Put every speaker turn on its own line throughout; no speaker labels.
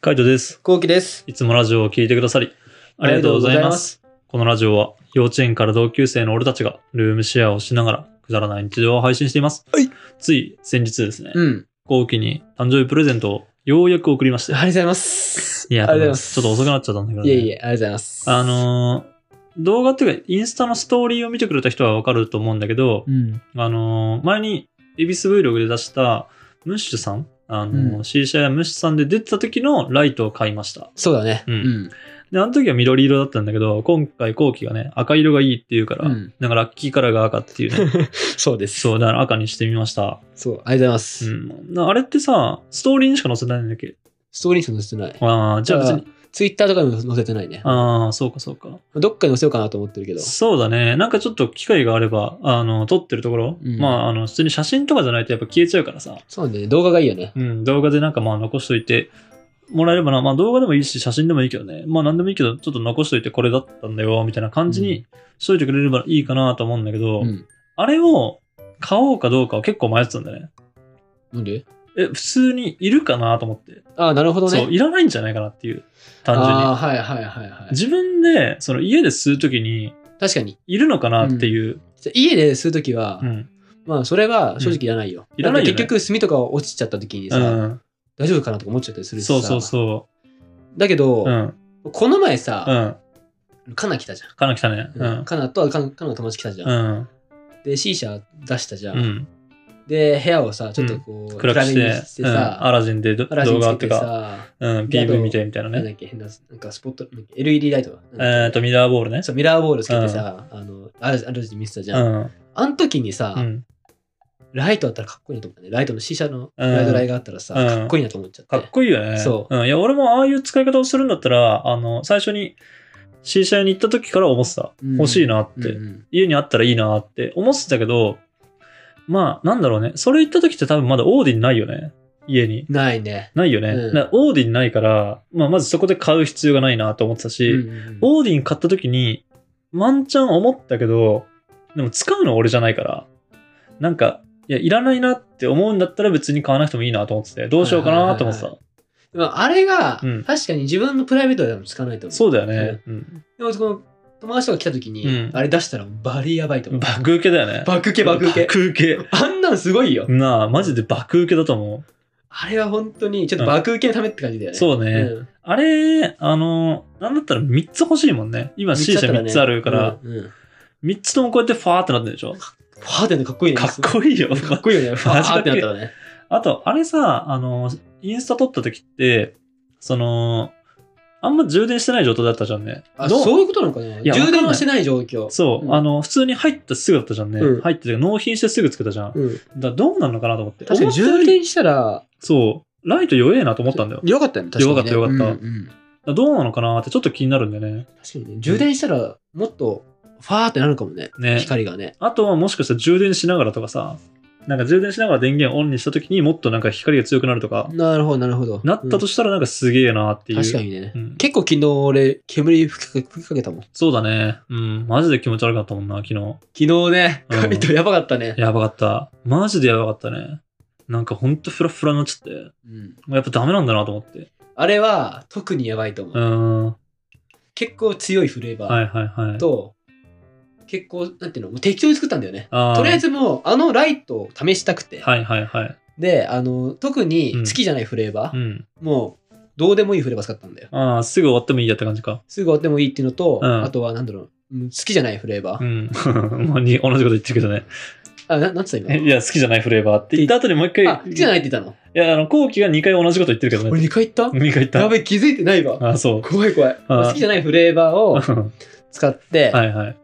カイトです。
こうきです。
いつもラジオを聞いてくださり、ありがとうございます。このラジオは、幼稚園から同級生の俺たちが、ルームシェアをしながら、くだらない日常を配信しています。
はい
つい先日ですね、
うん。
後期に誕生日プレゼントをようやく送りまし
あ
た。
りがとうございます。
いや、
ありがとうございます。
ちょっと遅くなっちゃったんだけど、ね。
いえいえ、ありがとうございます。
あ、のー動画っていうか、インスタのストーリーを見てくれた人はわかると思うんだけど、
うん。
あのー前に、エビス Vlog で出した、ムッシュさん、あのー
うん
C 社やムッシュさんで出てた時のライトを買いました。
そうだね。
う
うんん。
で、あの時は緑色だったんだけど、今回後期がね、赤色がいいっていうから、
うん
なんかラッキーカラーが赤っていう ね。
そうです。
そう、だから赤にしてみました。
そう。ありがとうございま
う
す。
ん。なあれってさ、ストーリーにしか載せてないんだっけ
ストーリーにしか載せてない。
ああ、じゃあ別に、
ツイッターとかにも載せてないね。
ああ、そうかそうか。
どっかに載せようかなと思ってるけど。
そうだね。なんかちょっと機会があれば、あの、撮ってるところ、
うん
まあ、あの、普通に写真とかじゃないとやっぱ消えちゃうからさ、
そうなんだよね。動画がいいよね。
うん、動画でなんかまあ残しといてもらえればな、まあ動画でもいいし、写真でもいいけどね、まあなんでもいいけど、ちょっと残しといてこれだったんだよ、みたいな感じにしといてくれればいいかなと思うんだけど、
うん。
あれを買おうかどうかは結構迷ってたんだね。
なんで
え、普通にいるかなと思って。
ああ、なるほどね。
そう、いらないんじゃないかなっていう、単純
ああ、
に。
はいはいはいはい。
自分で、その家で吸うときに、
確かに。
いるのかなっていう。
家でするときは、
うん。
まあ、それは正直いらないよ。
いらないよね
だって結局、炭とか落ちちゃったときに
う
さ、
ん。
大丈夫かなとか思っちゃったりするしさ。。
そうそうそう
だけ
う。
ど、
うん。
この前
う
さ、
ん。
カナ来たじゃん。
かな来たね。う
うん
ん。
カナとカナカナの友達来たじゃ。
うんん。
で C 社出したじゃ。
うんん。
で部屋をさちょっとこう、
暗くして、
にして
うんア
さ、
ラジンでど
アラジ
動
ン
画
つ
って
け
いうか、
てさ、
うん、
であと
PV 見てみたいな
なんだ
ね。
っけ変ななんかスポット LED ライトだ
えーっと、ミラーボールね。
そうミラーボールつけてさ、あのアラジンアラジン見せたじ
う
ゃん。
ん。
あの時にさ、
うん。
ライトあったらかっこいいなと思ったね。ライトの C 社の
うん
ライトライがあったらさ、
うん
かっこいいなと思っちゃって。
かっこいいよね。。
そう
ん。いや、俺もああいう使い方をするんだったら、あの、最初に C 社に行った時から思ってた。
うん
欲しいなって、
うんうん
家にあったらいいなって思ってたけど、まあ、なんだろうね。それ行った時って多分まだオーディンないよね。家に。
ないね。
ないよね。
うん
だからオーディンないから、まあ、まずそこで買う必要がないなと思ってたし、
うんうん
オーディン買った時に、ワンチャン思ったけど、でも使うのは俺じゃないから、なんか、いや、いらないなって思うんだったら別に買わなくてもいいなと思ってて、どうしようかなと思って
はい
た。
でもあれが、
うん
確かに自分のプライベートでもつかないと思う。
そうだよね。うん
でもその友達とか来た時に、
うん
あれ出したらバリやばいと思う。
爆受けだよね。
爆受け爆受け。
爆受け。
あんなんすごいよ。
なあ、マジで爆受けだと思
あれは本当に、ちょっと爆受けのためって感じだよ
う。
ね。
そうね。
うん。
あれ、あの、なんだったら3つ欲しいもんね。今 C 社3つあるから、
うん。うん
3つともこうやってファーってなってるでしょ。
ファーってのかっこいいね。
かっこいいよ。
かっこいいよね。ファーってなったらね。
あと、あれさ、あの、インスタ撮った時って、その、あんま充電してない状態だったじゃんね。
あ、
ど
そういうことなのかない
や
充
わかん
電
ない
はしてない状況。
そう、
うん
あの、普通に入ったすぐだったじゃんね。
うん
入ってて、納品してすぐつけたじゃん。だか
うん。
らどうなるのかなと思って。
確か
思
に
ったよ
充
り
電したら、
そう、ライト弱えなと思ったんだよ。だか
よかったよね。確かにね
よかったよかっ
うんうん
らどうなのかなってちょっと気になるんだよね。
確かにね。充電したら、もっと、ファーってなるかもね。
ね
光がね。
あとはもしかしたら充電しながらとかさ、なんか充電しながら電源オンにした時にもっとなんか光が強くなるとか、
なるほど、なるほど。
なったとしたらなんかすげえなって
う
い
ん
う。
確かにね
う。ん
結構昨日俺、煙吹きかけ吹きかけたもん。
そうだね。うん。マジで気持ち悪かったもんな、昨日。
昨日ね、
うん
カイトやばかったね。
やばかった。マジでやばかったね。なんかほんとフラフラになっちゃって。
うん
やっぱダメなんだなと思って。
あれは特にやばいと思
う
う。
ーん。は
結構強いフレー
い
バ
はいはい
ー。と、結構、なんていうの、もう適当に作ったんだよね。
あー
とりあえずもう、あのライトを試したくて、
はいはいはい。
で、あの、特に
うん
好きじゃないフレーバ
う
ー、
ん。
もう、どうでもいいフレーバー使ったんだよ。
ああ、すぐ終わってもいいやって感じか。
すぐ終わってもいいっていうのと、
うん
あとは、なんだろう、うん好きじゃないフレーバー。
うん。 もうに同じこと言ってるけどね。
あ、ななんつった
え い
今。
や、好きじゃないフレーバーって言った後にもう一回。。
あ、好きじゃないいって言ったの。
いや、あの、後期が2回同じこと言ってるけど
俺
ね。
2回言っ
2回言った
や
た。
べ、気づいてないわ。
ああ、そう。
怖い怖い。
あー
好きじゃないフレーバーを
は
使って、
い はい。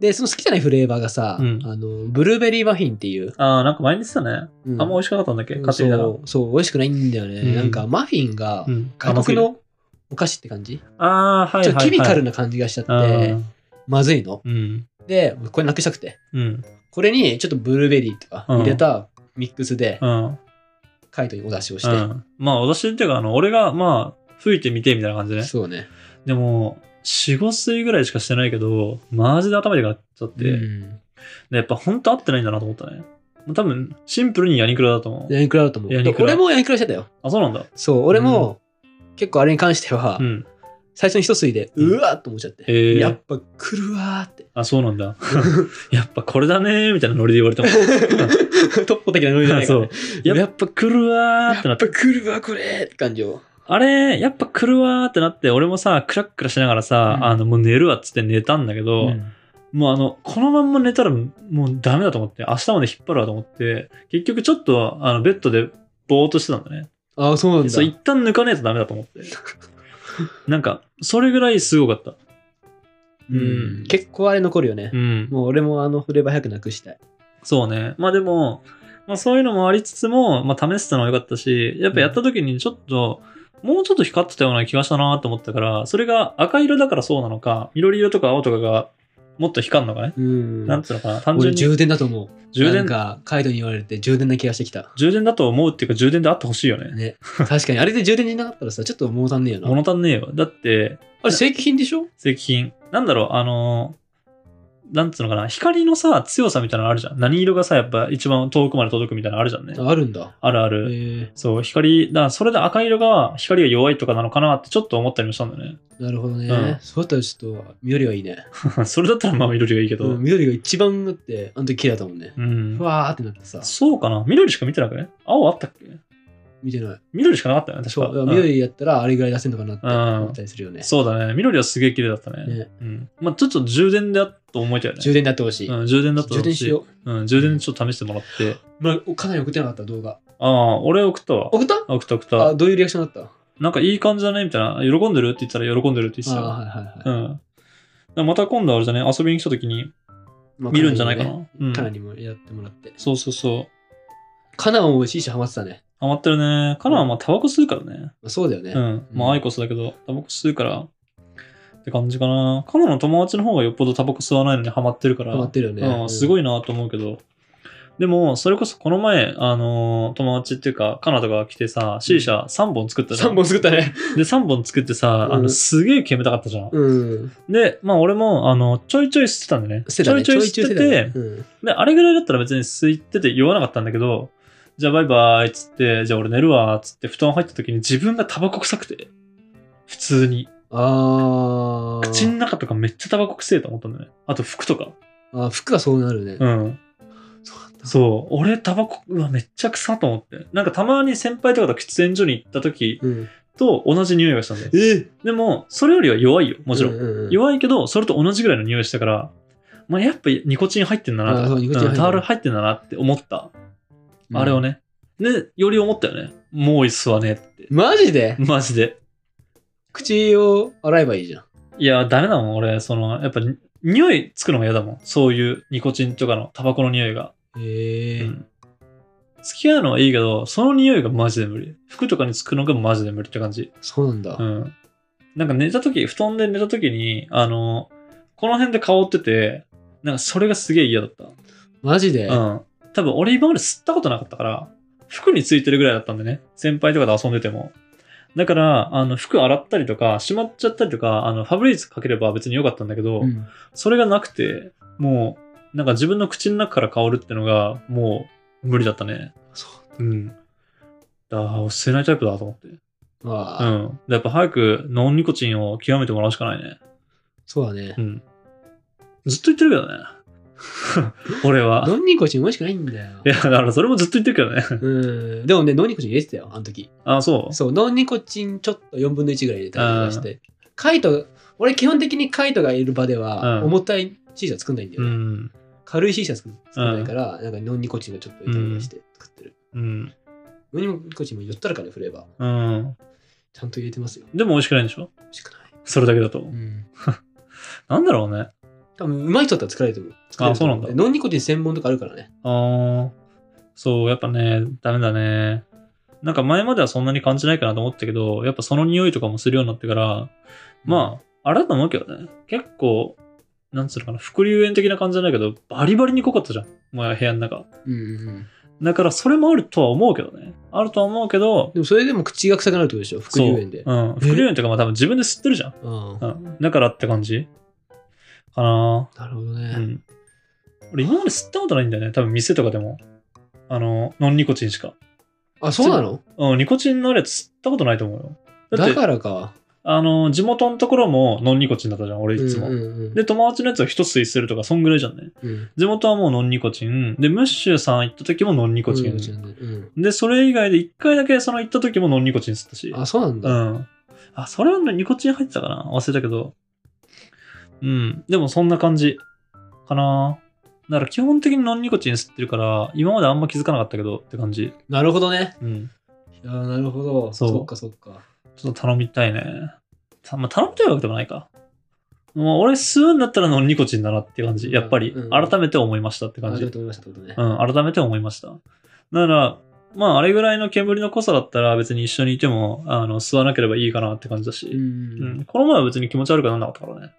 で、その好きじゃないフレーバーがさ、
うん
あの、ブルーベリーマフィンっていう、
ああ、なんか前に言ってたね。
うん
あんま美味しくなかったんだっけ買ってみたら。
そうそう美味しくないんだよね、
うん
なんかマフィンが
うん。
外国
甘す
のお菓子って感じ、
ぎる。ああ、はいはい、はい。
ちょっとケミカルな感じがしちゃって、
うん
まずいの
うん。
でこれなくしたくて
うん。
これにちょっとブルーベリーとか入れたミックスで
うん。
カイトにお出しをし
う
て、
ん、まあ私っていうかあの俺がまあ吹いてみてみたいな感じね
そうね
でも45水ぐらいしかしてないけどマジで頭でがっちゃって、
う
で
ん
やっぱほんと合ってないんだなと思ったねもう多分シンプルにヤニクラだと思う
ヤニクラだと思う
ヤニクラ
俺もヤニクラしてたよ
あそうなんだ
そう俺も、結構あれに関しては、
うん。
最初に一吸いで、
うん
うわーっと思っちゃって、
へー
やっぱ来るわーって。
あ、そうなんだ。 やっぱこれだねーみたいなノリで言われても。
トッポ的なノリじゃないか
そ
ら、
う
ね。。
やっぱ来るわーって
や
な
っ
って。
ぱ来るわ、これって感じを。
あれ、やっぱ来るわーってなって、俺もさ、クラクラしながらさ、
うん
あの、もう寝るわっつって寝たんだけど、もうあの、このまんま寝たらもうダメだと思って、明日まで引っ張るわと思って、結局ちょっと、あの、ベッドでぼーっとしてたんだね。
ああ、そうなんだ。
そう、一旦抜かねえとダメだと思 って。なんか、それぐらいすごかった。
うん結構あれ残るよね
う。ん。
もう俺もあのフレーバー早くなくしたい。
そうね。まあでも、まあ、そういうのもありつつも、まあ、試せたのは良かったし、やっぱやった時にちょっと、もうちょっと光ってたような気がしたなと思ったから、それが赤色だからそうなのか、緑色とか青とかがもっと光るのかね。
うん
なんつうのかな。単純
俺
に
充電だと思う。
充
なん
電、
か、カイトに言われて充電な気がしてきた。
充電だと思うっていうか充電であってほしいよね。
ね。 確かに、あれで充電になかったらさ、ちょっと物足んねえよな。
物足んねえよ。だって、
あれ、正規品でしょ
石品。なんだろう、あのーなんつうのかな。光のさ、強さみたいなのあるじゃん。何色がさ、やっぱ一番遠くまで届くみたいなのあるじゃんね。
ああるんだ。
あるあ
へ
る。
え
そう、光、だからそれで赤色が、光が弱いとかなのかなってちょっと思ったりもしたんだよ
なるほどね。
うん
そうだったらちょっと、緑はいいね。
ね。 それだったらまあ緑がいいけど。う
う、
んん。
緑が一番だって、あの時綺麗だったもんね。ふわーってなってさ、
そうかな。緑しか見てなくね青あったっけ
見てない。
緑しかなかったよね、確
そ
か。
う、だから
うん
緑やったらあれぐらい出せるのかなって
うん
思ったりするよね。
そうだね。緑はすげえ綺麗だったね。
ね
うん。まあちょっと充電であったと思えたよね。
充電になってほしい。
うん、充電だった
充電しよ
う。うん、充電ちょっと試してもらって。
う。まあ、かなり送ってなかった動画。
ああ、俺送ったわ。
送った
送った送った。
あ、どういうリアクションだった
なんかいい感じだねみたいな。喜んでるって言ったら喜んでるって言って
あ
た
あ、
よ。
はいはいはい。
うん。だからまた今度あれじゃね、遊びに来た時に
まあ
見るんじゃないかな。。うん。
かなりもやってもらって。
そうそうそう。
カナはもういいしハマってたね。
ハマってるね。カナはまあタバコ吸うからね。
まあ、そうだよね。
うん。まあアイコスだけど、タバコ吸うから。って感じかな。カナの友達の方がよっぽどタバコ吸わないのにハマってるから。
ハマってるよね。
うん、すご
い。
いなと思うけど。でも、それこそこの前、あのー友達っていうか、カナとかが来てさ、C 社3本作ったじゃん。
3本作っ たね。
で、3本作ってさ、あ
う
の、
ん
すげえ煙たかったじゃん。
うん。
で、まあ俺も、あの、ちょいちょい吸ってたんでね。
してたね。
ちょいちょい吸って
ちょいちょい
て
して、たねうん
で、あれぐらいだったら別に吸ってて言わなかったんだけど、じゃあバイバイっつって、じゃあ俺寝るわっつって布団入った時に自分がタバコ臭くて、普通に。
あー
口の中とかめっちゃタバコ臭いと思ったんだよね。あと服とか。
あー。服がそうなるね。
うん。
そうだった
そう。俺タバコ、うわ、めっちゃ臭と思って。なんかたまに先輩とかと喫煙所に行った時
うん。
と同じ匂いがしたんだよ。
え
でも、それよりは弱いよ、もちろん。
ん
弱いけど、それと同じぐらいの匂いしたから、まあ、やっぱニコチン入ってんだなと
あそうニコチン入ってる
うんタオル入ってんだなって思った。あれを。ね。で、より思ったよね。もう吸わねえって。
マジで
マジで。
口を洗えばいいじゃん。
いや、ダメだもん、俺。その、やっぱ、に匂いつくのが嫌だもん。そういうニコチンとかのタバコの匂いが。
ええ
うん付き合うのはいいけど、その匂いがマジで無理。服とかにつくのがマジで無理って感じ。
そうなんだ
う。ん。なんか寝た時、布団で寝た時に、あの、この辺で香ってて、なんかそれがすげえ嫌だった。
マジで
うん。多分俺今まで吸ったことなかったから、服についてるぐらいだったんでね。先輩とかで遊んでても。だから、あの、服洗ったりとか、しまっちゃったりとか、あの、ファブリーズかければ別に良かったんだけど、
うん
それがなくて、もう、なんか自分の口の中から香るってのが、もう、無理だったね。
そう
うん。だから、吸えないタイプだと思って。う
まあ、
ん。でやっぱ早くノンニコチンを極めてもらうしかないね。
そうだね
う。ん。ずっと言ってるけどね。 俺は。
ノンニコチン美味しくないんだよ
い。や、だからそれもずっと言ってるけどね。
うん。でもね、ノンニコチン入れてたよ、あの時。
あ、そう。
そう、ノンニコチンちょっと4分の1ぐらい入れたりとかして。カイト、俺基本的にカイトがいる場では、
うん
重たい C 社作んないんだよ
う
ね。
ん。
軽い C 社作んないから、なんかノンニコチンがちょっと入れたりとかして作ってる。
うん。
ノンニコチンも寄ったらかね、振れば。
うん。
ちゃんと入れてますよ。
でも美味しくないんでしょ
美味しくない。
それだけだと。
うん。
なんだろうね。
多分、うまい人だったら疲れると思う。作れると思
あそうなん
ノンニコチン専門とかあるからね。
ああ。そう、やっぱね、ダメだね。なんか前まではそんなに感じないかなと思ったけど、やっぱその匂いとかもするようになってから、まあ、あれだと思うけどね。結構、なんつうのかな、副流炎的な感じじゃないけど、バリバリに濃かったじゃん。もう部屋の中。
あ。うんうんうん。
だからそれもあるとは思うけどね。あるとは思うけど、
でも、それでも口が臭くなるってことでしょ、副流炎で。
そううん。副流炎とかまあ多分自分で吸ってるじゃん。
うん
う。ん。だからって感じかな
なるほど
う
ね。
ん。俺今まで吸ったことないんだよね。多分店とかでも。あの、ノンニコチンしか。
あ、そうなの
うん、ニコチンのあるやつ吸ったことないと思うよ。だっ
だ
て、
からか。
あの、地元のところもノンニコチンだったじゃん、俺いつも。
うんうんうん
で、友達のやつは一吸いするとか、そんぐらいじゃんね。
うん
地元はもうノンニコチン。で、ムッシュさん行った時もノンニコチン。
うん
で、それ以外で一回だけその行った時もノンニコチン吸ったし。
あ、そうなん
う
だ。
ん。あ、それはニコチン入ってたかな忘れたけど。うん。でもそんな感じかな。だから基本的にノンニコチン吸ってるから、今まであんま気づかなかったけどって感じ。
なるほどね。
うん。
いやーなるほど。
そう
そっかそっか。
ちょっと頼みたいね。たまあ、頼みたいわけでもないか。まあ、俺吸うんだったらノンニコチンだなって感じ。やっぱり
うんうん、
改めて思いましたって感
あ
じ。
り
う
が
ん、
とうございましたってことね。
改めて思いました。だから、まあ、あれぐらいの煙の濃さだったら別に一緒にいても、あの、吸わなければいいかなって感じだし。
うん
うん、この前は別に気持ち悪くなんなかったからね。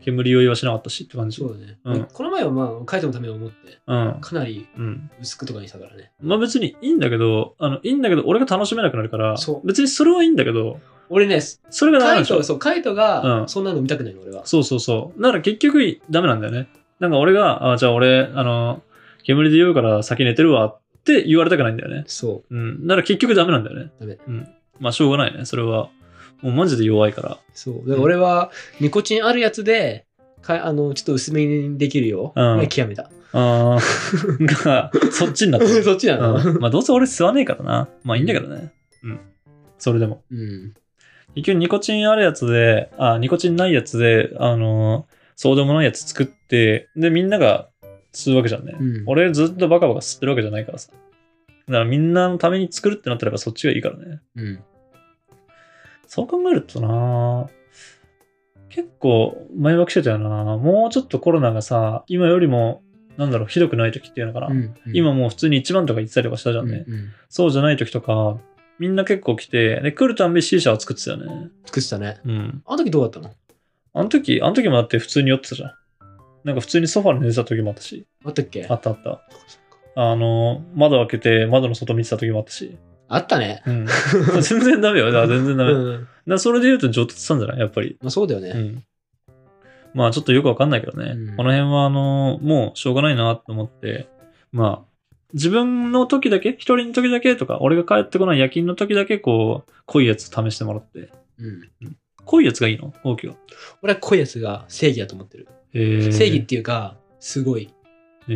煙酔いはしなかったしって感じ。
そううだね。
うん
この前はまあ、カイトのためを思って、
ん。
かなり
うん。
薄くとかにしたからね。
まあ別にいいんだけど、あの、いいんだけど、俺が楽しめなくなるから
そ、う
別にそれはいいんだけど、
俺ね、
それがダメな
カ
ん
イ
でしょ
ト、そう、カイトが
うん
そんなの見たくないの、俺は。
そうそうそう。だから結局ダメなんだよね。なんか俺が、あじゃあ俺、あの、煙で酔うから先寝てるわって言われたくないんだよね。
そう、
うん。だから結局ダメなんだよね。
ダメ。
うん。まあしょうがないね。それは。もうマジで弱いから。
そう。だから俺は、ニコチンあるやつで、かあのちょっと薄めにできるよ。
うん
う極めた。
あー が、そっちになってる。
そっちなの。
うんまあどうせ俺吸わねえからな。まあいいんだけどね。うん。それでも。
うん。
結局ニコチンあるやつで、あ、ニコチンないやつで、あのーそうでもないやつ作って、で、みんなが吸うわけじゃんね。
うん
俺ずっとバカバカ吸ってるわけじゃないからさ。だからみんなのために作るってなってればそっちがいいからね。
うん。
そう考えるとな結構迷惑してたよなもうちょっとコロナがさ、今よりも、なんだろう、ひどくない時っていうのかな。
うん
今もう普通に一番とか言ってたりとかしたじゃ
うんん
ね。
うん
そうじゃない時とか、みんな結構来て、で、来るたんび C 社を作ってたよね。
作ってたね。
うん。
あの時どうだったの
あの時、あの時もだって普通に酔ってたじゃん。なんか普通にソファーで寝てた時もあったし。
あったっけ
あったあった。あの、窓開けて窓の外見てた時もあったし。
あったね。
うん。 全然ダメよ。だから全然ダメ。だか
うん。
らそれで言うと上達したんじゃないやっぱり。
まあそうだよね。
うん。まあちょっとよくわかんないけどね。
うん
この辺はあの、もうしょうがないなと思って、まあ、自分の時だけ、一人の時だけとか、俺が帰ってこない夜勤の時だけ、こう、濃いやつ試してもらって。
うん
濃いやつがいいの高級は。
俺は濃いやつが正義だと思ってる。
えー、
正義っていうか、すごい。
え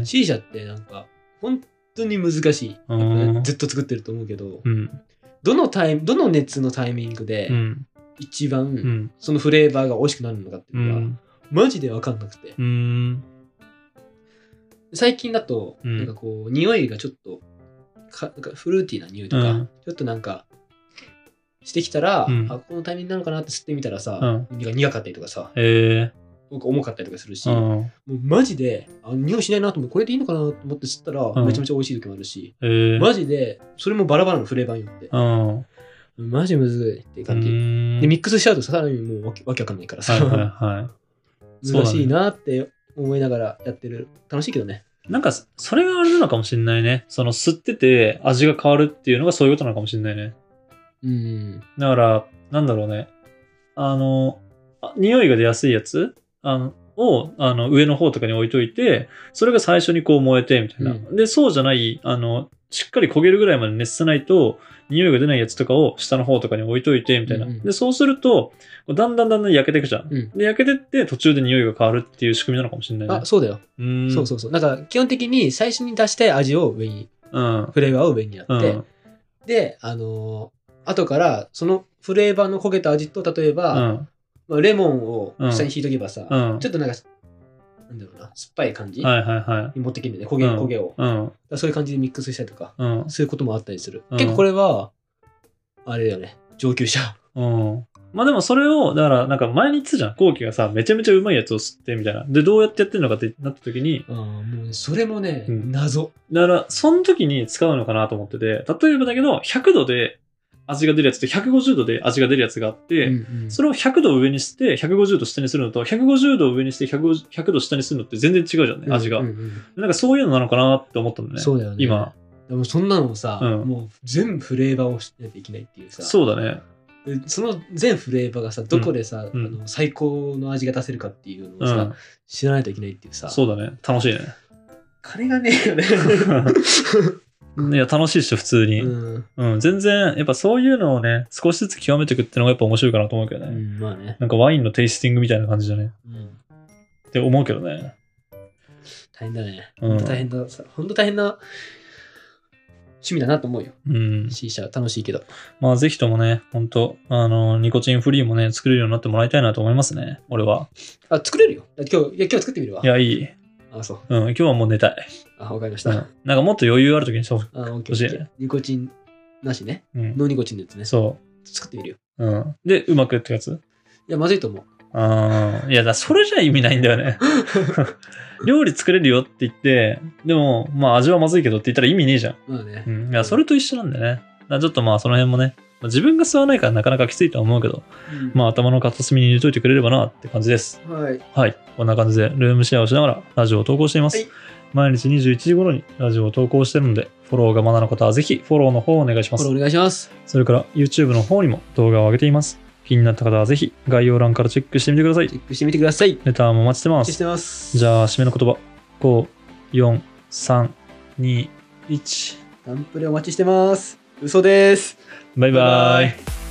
ー、
C 社ってなんか、本当に難しい。
うん
ずっと作ってると思うけど
う、ん。
どのタイム、どの熱のタイミングで
う、ん。
一
う
番
ん。
そのフレーバーが美味しくなるのかって
う
いうのが、
ん。
マジで分かんなくて。
うん。
最近だと、
うん
なんかこう、匂いがちょっと、かなんかフルーティーな匂いとか、
うん
ちょっとなんか、してきたら、
うん
あ、このタイミングなのかなって吸ってみたらさ、なんか苦かったりとかさ、
え
なんか重かったりとかするし、
ー、う
も
ん。
うマジで、あ匂いしないなと思って、これでいいのかなと思って吸ったら、
ん
めちゃめちゃ美味しい時もあるし、
えー、
マジで、それもバラバラのフレーバーによって、
うん。う
マジむずいっていう感じ。
ーん
で、ミックスしちゃうとさらにもうわけわけわかんないからさ、
はいはいはい。
難しいなって思いながらやってる。楽しいけどね。
なんか、それがあれなのかもしんないね。その、吸ってて味が変わるっていうのがそういうことなのかもしんないね。
うん。
だから、なんだろうね。あの、あ匂いが出やすいやつあのをあの上の方とかに置いといて、それが最初にこう燃えて、みたいな、
う
で、そうじゃない、あの、しっかり焦げるぐらいまで熱さないと、匂いが出ないやつとかを下の方とかに置いといて、みたいな。
うんうん
で、そうすると、こうだんだんだんだん焼けていくじゃん。
うん
で、焼けてって途中で匂いが変わるっていう仕組みなのかもしれないね。
あ、そうだよ。
うん。
そうそうそう。なんか基本的に最初に出して味を上に、
う。うん。
フレーバーを上にやって、
うん。
で、あのー後からそのフレーバーの焦げた味と、例えば、
うん。
まあ、レモンを下に引いとけばさ、
うん
ちょっとなんか、なんだろうな、酸っぱい感じ、
はいはいはい。
に持ってきてね、焦げ、
うん
焦げを。だか
うん。
らそういう感じでミックスしたりとか、
うん。
そういうこともあったりする。
うん
結構これは、あれだよね、上級者。
うん。まあでもそれを、だからなんか前に言ってたじゃん。後期がさ、めちゃめちゃうまいやつを吸ってみたいな。で、どうやってやってるのかってなった時に、
うん、もうねそれもね、
うん
謎。
だからその時に使うのかなと思ってて、例えばだけど、100度で味が出るやつと150度で味が出るやつがあって、
うんうん
それを100度上にして、150度下にするのと、150度上にして150 100度下にするのって全然違うじゃんね、味が。
うんうんうん
なんかそういうのなのかなって思ったんだね。
そうだよね。
今。
でもそんなのさ、
うん
もう全部フレーバーをしないといけないっていうさ。
そうだね。
でその全フレーバーがさどこでさ、
うん
あの最高の味が出せるかっていうの
う
をさ、
ん。
知 らないといけないっていうさ
そうだね。楽しいね。
金がねえよね
だいや、楽しいっしょ、普通に。
うん。
うん、全然、やっぱそういうのをね、少しずつ極めていくってのがやっぱ面白いかなと思うけど
う
ね。
ん、まあね。
なんかワインのテイスティングみたいな感じじゃね
うん。
って思うけどね。
大変だね。
うん
ほんと大変だ。ほんと大変な趣味だなと思うよ。
うん。
C 社楽しいけど。
まあぜひともね、ほんと、あの、ニコチンフリーもね、作れるようになってもらいたいなと思いますね。俺は。
あ、作れるよ。今日、いや、今日作ってみるわ
い。や、いい。
あ、そう。
うん、今日はもう寝たい。
あ、わかりまし
うん。
た。
なんかもっと余裕ある時にしよ
あ、オッケーオッケ
欲しい
ー。ニコチンなしね。
う。うん。
ノーニコチンのやつね。
そ
作ってみるよ。
う。うん。で、うまくってやつ
いや、まずいと思う。
ああ、いやだ、それじゃ意味ないんだよね。料理作れるよって言って、でも、まあ味はまずいけどって言ったら意味ねえじゃん。
まあね
う。ん。いや、それと一緒なんだよね。だからちょっとまあその辺もね、まあ自分が吸わないからなかなかきついとは思うけど、
うん
まあ頭の片隅に入れといてくれればなって感じです。
はい。
はい。こんな感じでルームシェアをしながらラジオを投稿しています。
はい
毎日21時頃にラジオを投稿してるので、フォローがまだの方はぜひフォローの方をお願いしま
これ
す
お。願いします。
それから YouTube の方にも動画を上げています。気になった方はぜひ概要欄からチェックしてみてください
チ。ェックしてみてください。
レターもお待ちしてま
チェックし
す。
てます。
じゃあ、締めの言葉。5、4、3、2、1。
サンプルお待ちしてます。嘘です。
バイバイ。
バイバイ